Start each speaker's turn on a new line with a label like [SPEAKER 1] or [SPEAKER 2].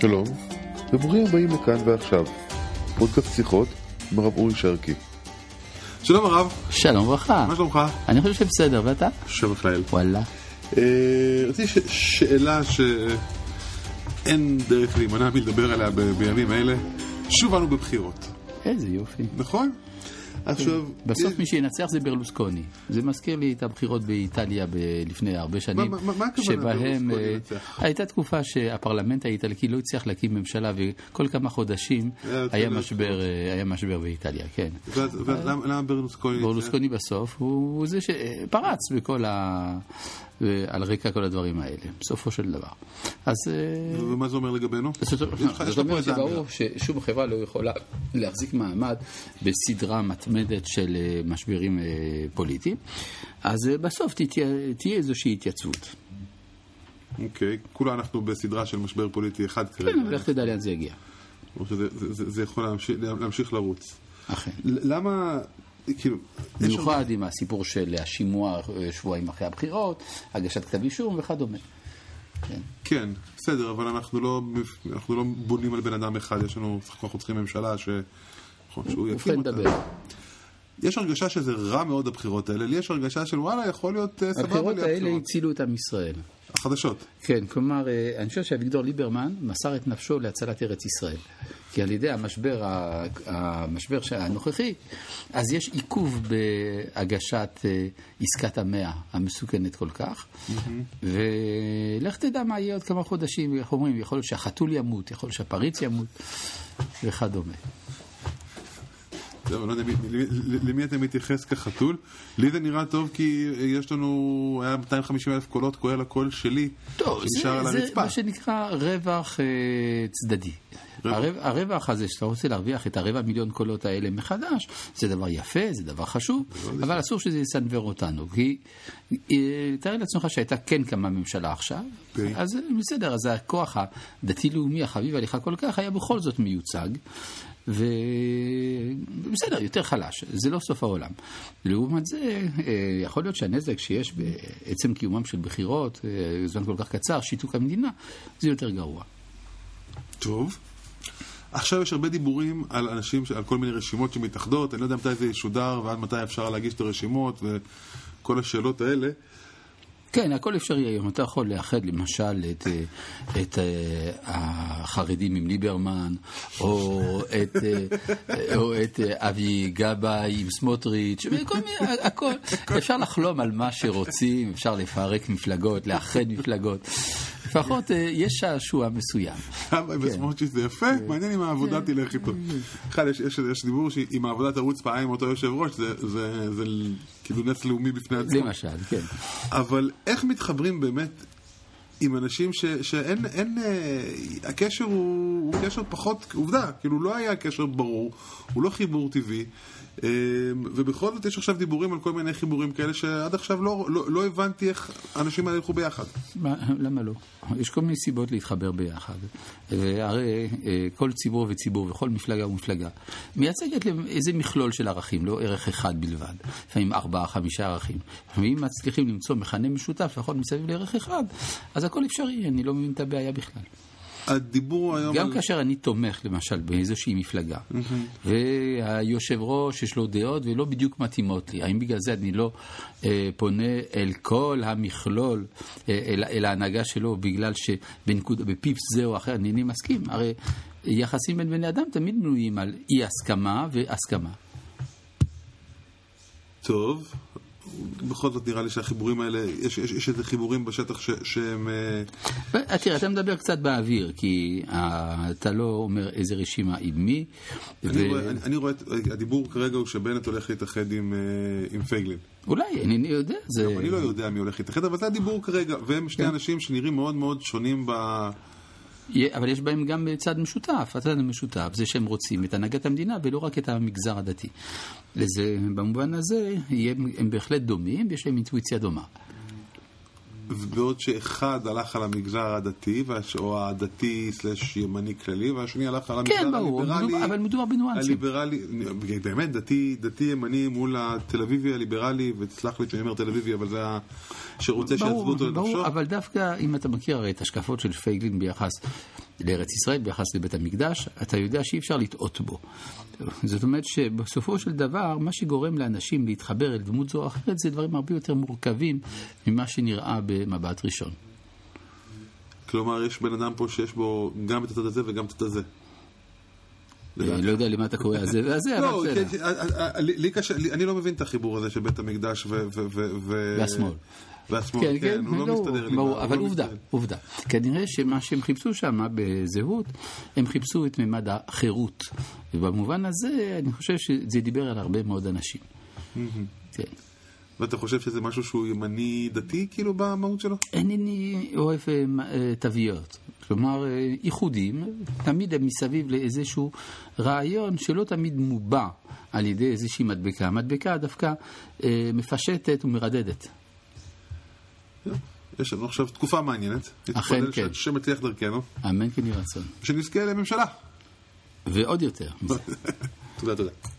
[SPEAKER 1] שלום, וברוכים הבאים לכאן ועכשיו, פודקאסט שיחות עם הרב אורי שרקי.
[SPEAKER 2] שלום הרב,
[SPEAKER 3] שלום וברכה.
[SPEAKER 2] מה שלומך?
[SPEAKER 3] אני חושב שבסדר, ואתה?
[SPEAKER 2] שבח לאל.
[SPEAKER 3] וואלה.
[SPEAKER 2] אה, רציתי ש- שאלה שאין דרך להימנע מלדבר עליה ב- בימים אלה. שוב אנו בבחירות,
[SPEAKER 3] איזה יופי.
[SPEAKER 2] נכון? עכשיו,
[SPEAKER 3] בסוף
[SPEAKER 2] אה,
[SPEAKER 3] מי שינצח זה ברלוסקוני. זה מזכיר לי את הבחירות באיטליה ב- לפני הרבה שנים.
[SPEAKER 2] מה- מה- מה הכוונה
[SPEAKER 3] שבהם
[SPEAKER 2] ברלוסקוני
[SPEAKER 3] אה,
[SPEAKER 2] ינצח?
[SPEAKER 3] הייתה תקופה שהפרלמנט האיטלקי לא הצליח להקים ממשלה, וכל כמה חודשים
[SPEAKER 2] היה יותר
[SPEAKER 3] היה
[SPEAKER 2] להיות
[SPEAKER 3] משבר, אה, היה משבר באיטליה, כן.
[SPEAKER 2] ואת- ואת- למה למה ברלוסקוני? ניצח?
[SPEAKER 3] ברלוסקוני בסוף הוא הוא זה שפרץ בכל ה... אה, על רקע כל הדברים האלה, בסופו של דבר. אז... אה,
[SPEAKER 2] ומה זה אומר לגבינו?
[SPEAKER 3] זאת
[SPEAKER 2] יש לך- יש
[SPEAKER 3] זאת
[SPEAKER 2] לך פה
[SPEAKER 3] אומרת
[SPEAKER 2] איזה אמירה.
[SPEAKER 3] שברור ששום חברה לא יכולה להחזיק מעמד בסדרה מתמדת של אה, משברים אה, פוליטיים, אז אה, בסוף תתיה- תהיה איזושהי התייצבות.
[SPEAKER 2] אוקיי, כולה אנחנו בסדרה של משבר פוליטי אחד כרגע.
[SPEAKER 3] כן, אבל לך תדע לאן זה יגיע.
[SPEAKER 2] או שזה- זה- זה זה יכול להמשיך- להמשיך לרוץ.
[SPEAKER 3] אכן.
[SPEAKER 2] ל- למה, כאילו, יש
[SPEAKER 3] במיוחד עם הסיפור של השימוע אה, שבועיים אחרי הבחירות, הגשת כתב אישום וכדומה.
[SPEAKER 2] כן, בסדר, אבל אנחנו לא, אנחנו לא בונים על בן אדם אחד, יש לנו, בסך הכל אנחנו צריכים ממשלה ש... נכון, שהוא יקים
[SPEAKER 3] ובכן
[SPEAKER 2] אותה.
[SPEAKER 3] נדבר.
[SPEAKER 2] יש הרגשה שזה רע מאוד הבחירות האלה, לי יש הרגשה של וואלה, יכול להיות אה, סבבה
[SPEAKER 3] הבחירות
[SPEAKER 2] לי
[SPEAKER 3] האלה
[SPEAKER 2] הבחירות.
[SPEAKER 3] הצילו את עם ישראל.
[SPEAKER 2] החדשות.
[SPEAKER 3] כן, כלומר, אה, אני חושב שאביגדור ליברמן מסר את נפשו להצלת ארץ ישראל. כי על ידי המשבר, ה- המשבר שה- הנוכחי, אז יש עיכוב בהגשת אה, עסקת המאה המסוכנת כל כך. ולך תדע מה יהיה עוד כמה חודשים, איך אומרים, יכול להיות שהחתול ימות, יכול להיות שהפריץ ימות וכדומה.
[SPEAKER 2] זהו, אני לא יודע מי- למי- למי אתה מתייחס כחתול. לי זה נראה טוב כי יש לנו, היה 250 אלף קולות, כולל הקול שלי,
[SPEAKER 3] טוב,
[SPEAKER 2] שנשאר על
[SPEAKER 3] זה, זה
[SPEAKER 2] הרצפה.
[SPEAKER 3] מה שנקרא רווח אה, צדדי.
[SPEAKER 2] רווח.
[SPEAKER 3] הרו, הרווח הזה, שאתה רוצה להרוויח את הרבע מיליון קולות האלה מחדש, זה דבר יפה, זה דבר חשוב,
[SPEAKER 2] לא
[SPEAKER 3] אבל אסור שזה יסנוור אותנו. כי אה, תאר לעצמך שהייתה כן קמה ממשלה עכשיו,
[SPEAKER 2] אוקיי.
[SPEAKER 3] אז אה, בסדר, אז הכוח הדתי-לאומי החביב עליך כל כך היה בכל זאת מיוצג. ובסדר, יותר חלש, זה לא סוף העולם. לעומת זה, אה, יכול להיות שהנזק שיש בעצם קיומם של בחירות, אה, זמן כל כך קצר, שיתוק המדינה, זה יותר גרוע.
[SPEAKER 2] טוב. עכשיו יש הרבה דיבורים על אנשים, ש- על כל מיני רשימות שמתאחדות, אני לא יודע מתי זה ישודר ועד מתי אפשר להגיש את הרשימות וכל השאלות האלה.
[SPEAKER 3] כן, הכל אפשרי היום. אתה יכול לאחד למשל את, אה, את אה, החרדים עם ליברמן, או את, אה, או את אה, אבי גבאי עם סמוטריץ', וכל מיני, הכל. אפשר לחלום על מה שרוצים, אפשר לפרק מפלגות, לאחד מפלגות. לפחות אה, יש שעשוע מסוים.
[SPEAKER 2] אבא וסמוטריץ' זה יפה, מעניין אם העבודה תלך איתו. בכלל, יש- יש יש דיבור שאם העבודה תרוץ פעם עם אותו יושב ראש, זה- זה זה ל- כאילו נס לאומי בפני עצמו.
[SPEAKER 3] למשל, כן.
[SPEAKER 2] אבל איך מתחברים באמת עם אנשים ש- שאין, אין, אה, הקשר הוא הוא קשר פחות, עובדה, כאילו לא היה קשר ברור, הוא לא חיבור טבעי. אה, ובכל זאת יש עכשיו דיבורים על כל מיני חיבורים כאלה שעד עכשיו לא, לא, לא הבנתי איך האנשים האלה ילכו ביחד.
[SPEAKER 3] מה, למה לא? יש כל מיני סיבות להתחבר ביחד. והרי אה, כל ציבור וציבור וכל מפלגה ומפלגה מייצגת למ- איזה מכלול של ערכים, לא ערך אחד בלבד. לפעמים ארבעה, חמישה ערכים. ואם מצליחים למצוא מכנה משותף, לפחות מסביב לערך אחד, אז הכל אפשרי, אני לא מבין את הבעיה בכלל.
[SPEAKER 2] הדיבור היום...
[SPEAKER 3] גם
[SPEAKER 2] על...
[SPEAKER 3] כאשר אני תומך, למשל, באיזושהי מפלגה, והיושב ראש יש לו דעות ולא בדיוק מתאימות לי, האם בגלל זה אני לא אה, פונה אל כל המכלול, אה, אל, אל ההנהגה שלו, בגלל שבפיפס זה או אחר אינני מסכים? הרי יחסים בין בני אדם תמיד בנויים על אי הסכמה והסכמה.
[SPEAKER 2] טוב. בכל זאת נראה לי שהחיבורים האלה, יש, יש, יש איזה חיבורים בשטח ש, שהם... אה,
[SPEAKER 3] ו- תראה, אתה מדבר קצת באוויר, כי אה, אתה לא אומר איזה רשימה עם מי.
[SPEAKER 2] אני,
[SPEAKER 3] ו-
[SPEAKER 2] רואה, אני, אני רואה, את, הדיבור כרגע הוא שבנט הולך להתאחד עם, אה, עם פייגלין.
[SPEAKER 3] אולי, אינני יודע. זה...
[SPEAKER 2] אני לא יודע מי הולך להתאחד, אבל זה הדיבור כרגע, והם שני
[SPEAKER 3] כן.
[SPEAKER 2] אנשים שנראים מאוד מאוד שונים ב...
[SPEAKER 3] יה- אבל יש בהם גם צד משותף. הצד המשותף זה שהם רוצים את הנהגת המדינה ולא רק את המגזר הדתי. וזה, במובן הזה, יהיה- הם בהחלט דומים ויש להם אינטואיציה דומה.
[SPEAKER 2] בעוד שאחד הלך על המגזר הדתי, והש- או הדתי סלש ימני כללי, והשני הלך על המגזר
[SPEAKER 3] כן, ברור, מדובר-
[SPEAKER 2] הליברלי.
[SPEAKER 3] אבל מדובר בניואנסים.
[SPEAKER 2] הליברלי, באמת, דתי, דתי ימני מול התל אביבי הליברלי, וסלח לי שאני אומר תל אביבי, אבל זה ה... שרוצה שיעזבו אותו לנפשו.
[SPEAKER 3] ברור, אבל דווקא אם אתה מכיר הרי את השקפות של פייגלין ביחס לארץ ישראל ביחס לבית המקדש, אתה יודע שאי אפשר לטעות בו. זאת אומרת שבסופו של דבר, מה שגורם לאנשים להתחבר אל דמות זו או אחרת, זה דברים הרבה יותר מורכבים ממה שנראה במבט ראשון.
[SPEAKER 2] כלומר, יש בן אדם פה שיש בו גם את הצד הזה וגם את הצד הזה.
[SPEAKER 3] אני לא יודע למה אתה קורא הזה והזה,
[SPEAKER 2] לא,
[SPEAKER 3] אבל בסדר.
[SPEAKER 2] כי- אה, אה, אה, לי לי קשה, לי- אני לא מבין את החיבור הזה של בית המקדש ו- ו- ו- ו-
[SPEAKER 3] והשמאל.
[SPEAKER 2] והשמאל, כן, הוא לא מסתדר לי.
[SPEAKER 3] ברור,
[SPEAKER 2] הוא
[SPEAKER 3] אבל
[SPEAKER 2] לא
[SPEAKER 3] עובדה,
[SPEAKER 2] מסתדר.
[SPEAKER 3] עובדה. כנראה שמה שהם חיפשו שם בזהות, הם חיפשו את ממד החירות. ובמובן הזה, אני חושב שזה דיבר על הרבה מאוד אנשים. כן.
[SPEAKER 2] ואתה חושב שזה משהו שהוא ימני דתי, כאילו, במהות שלו?
[SPEAKER 3] אינני אוהב אה, מ- אה, תוויות. כלומר, אה, איחודים, תמיד הם מסביב לאיזשהו רעיון שלא תמיד מובע על ידי איזושהי מדבקה. המדבקה דווקא אה, מפשטת ומרדדת.
[SPEAKER 2] יש לנו עכשיו תקופה מעניינת.
[SPEAKER 3] אכן, כן.
[SPEAKER 2] ש- שמצליח דרכנו,
[SPEAKER 3] אמן כן יהי רצון.
[SPEAKER 2] שנזכה לממשלה.
[SPEAKER 3] ועוד יותר מזה.
[SPEAKER 2] תודה, תודה.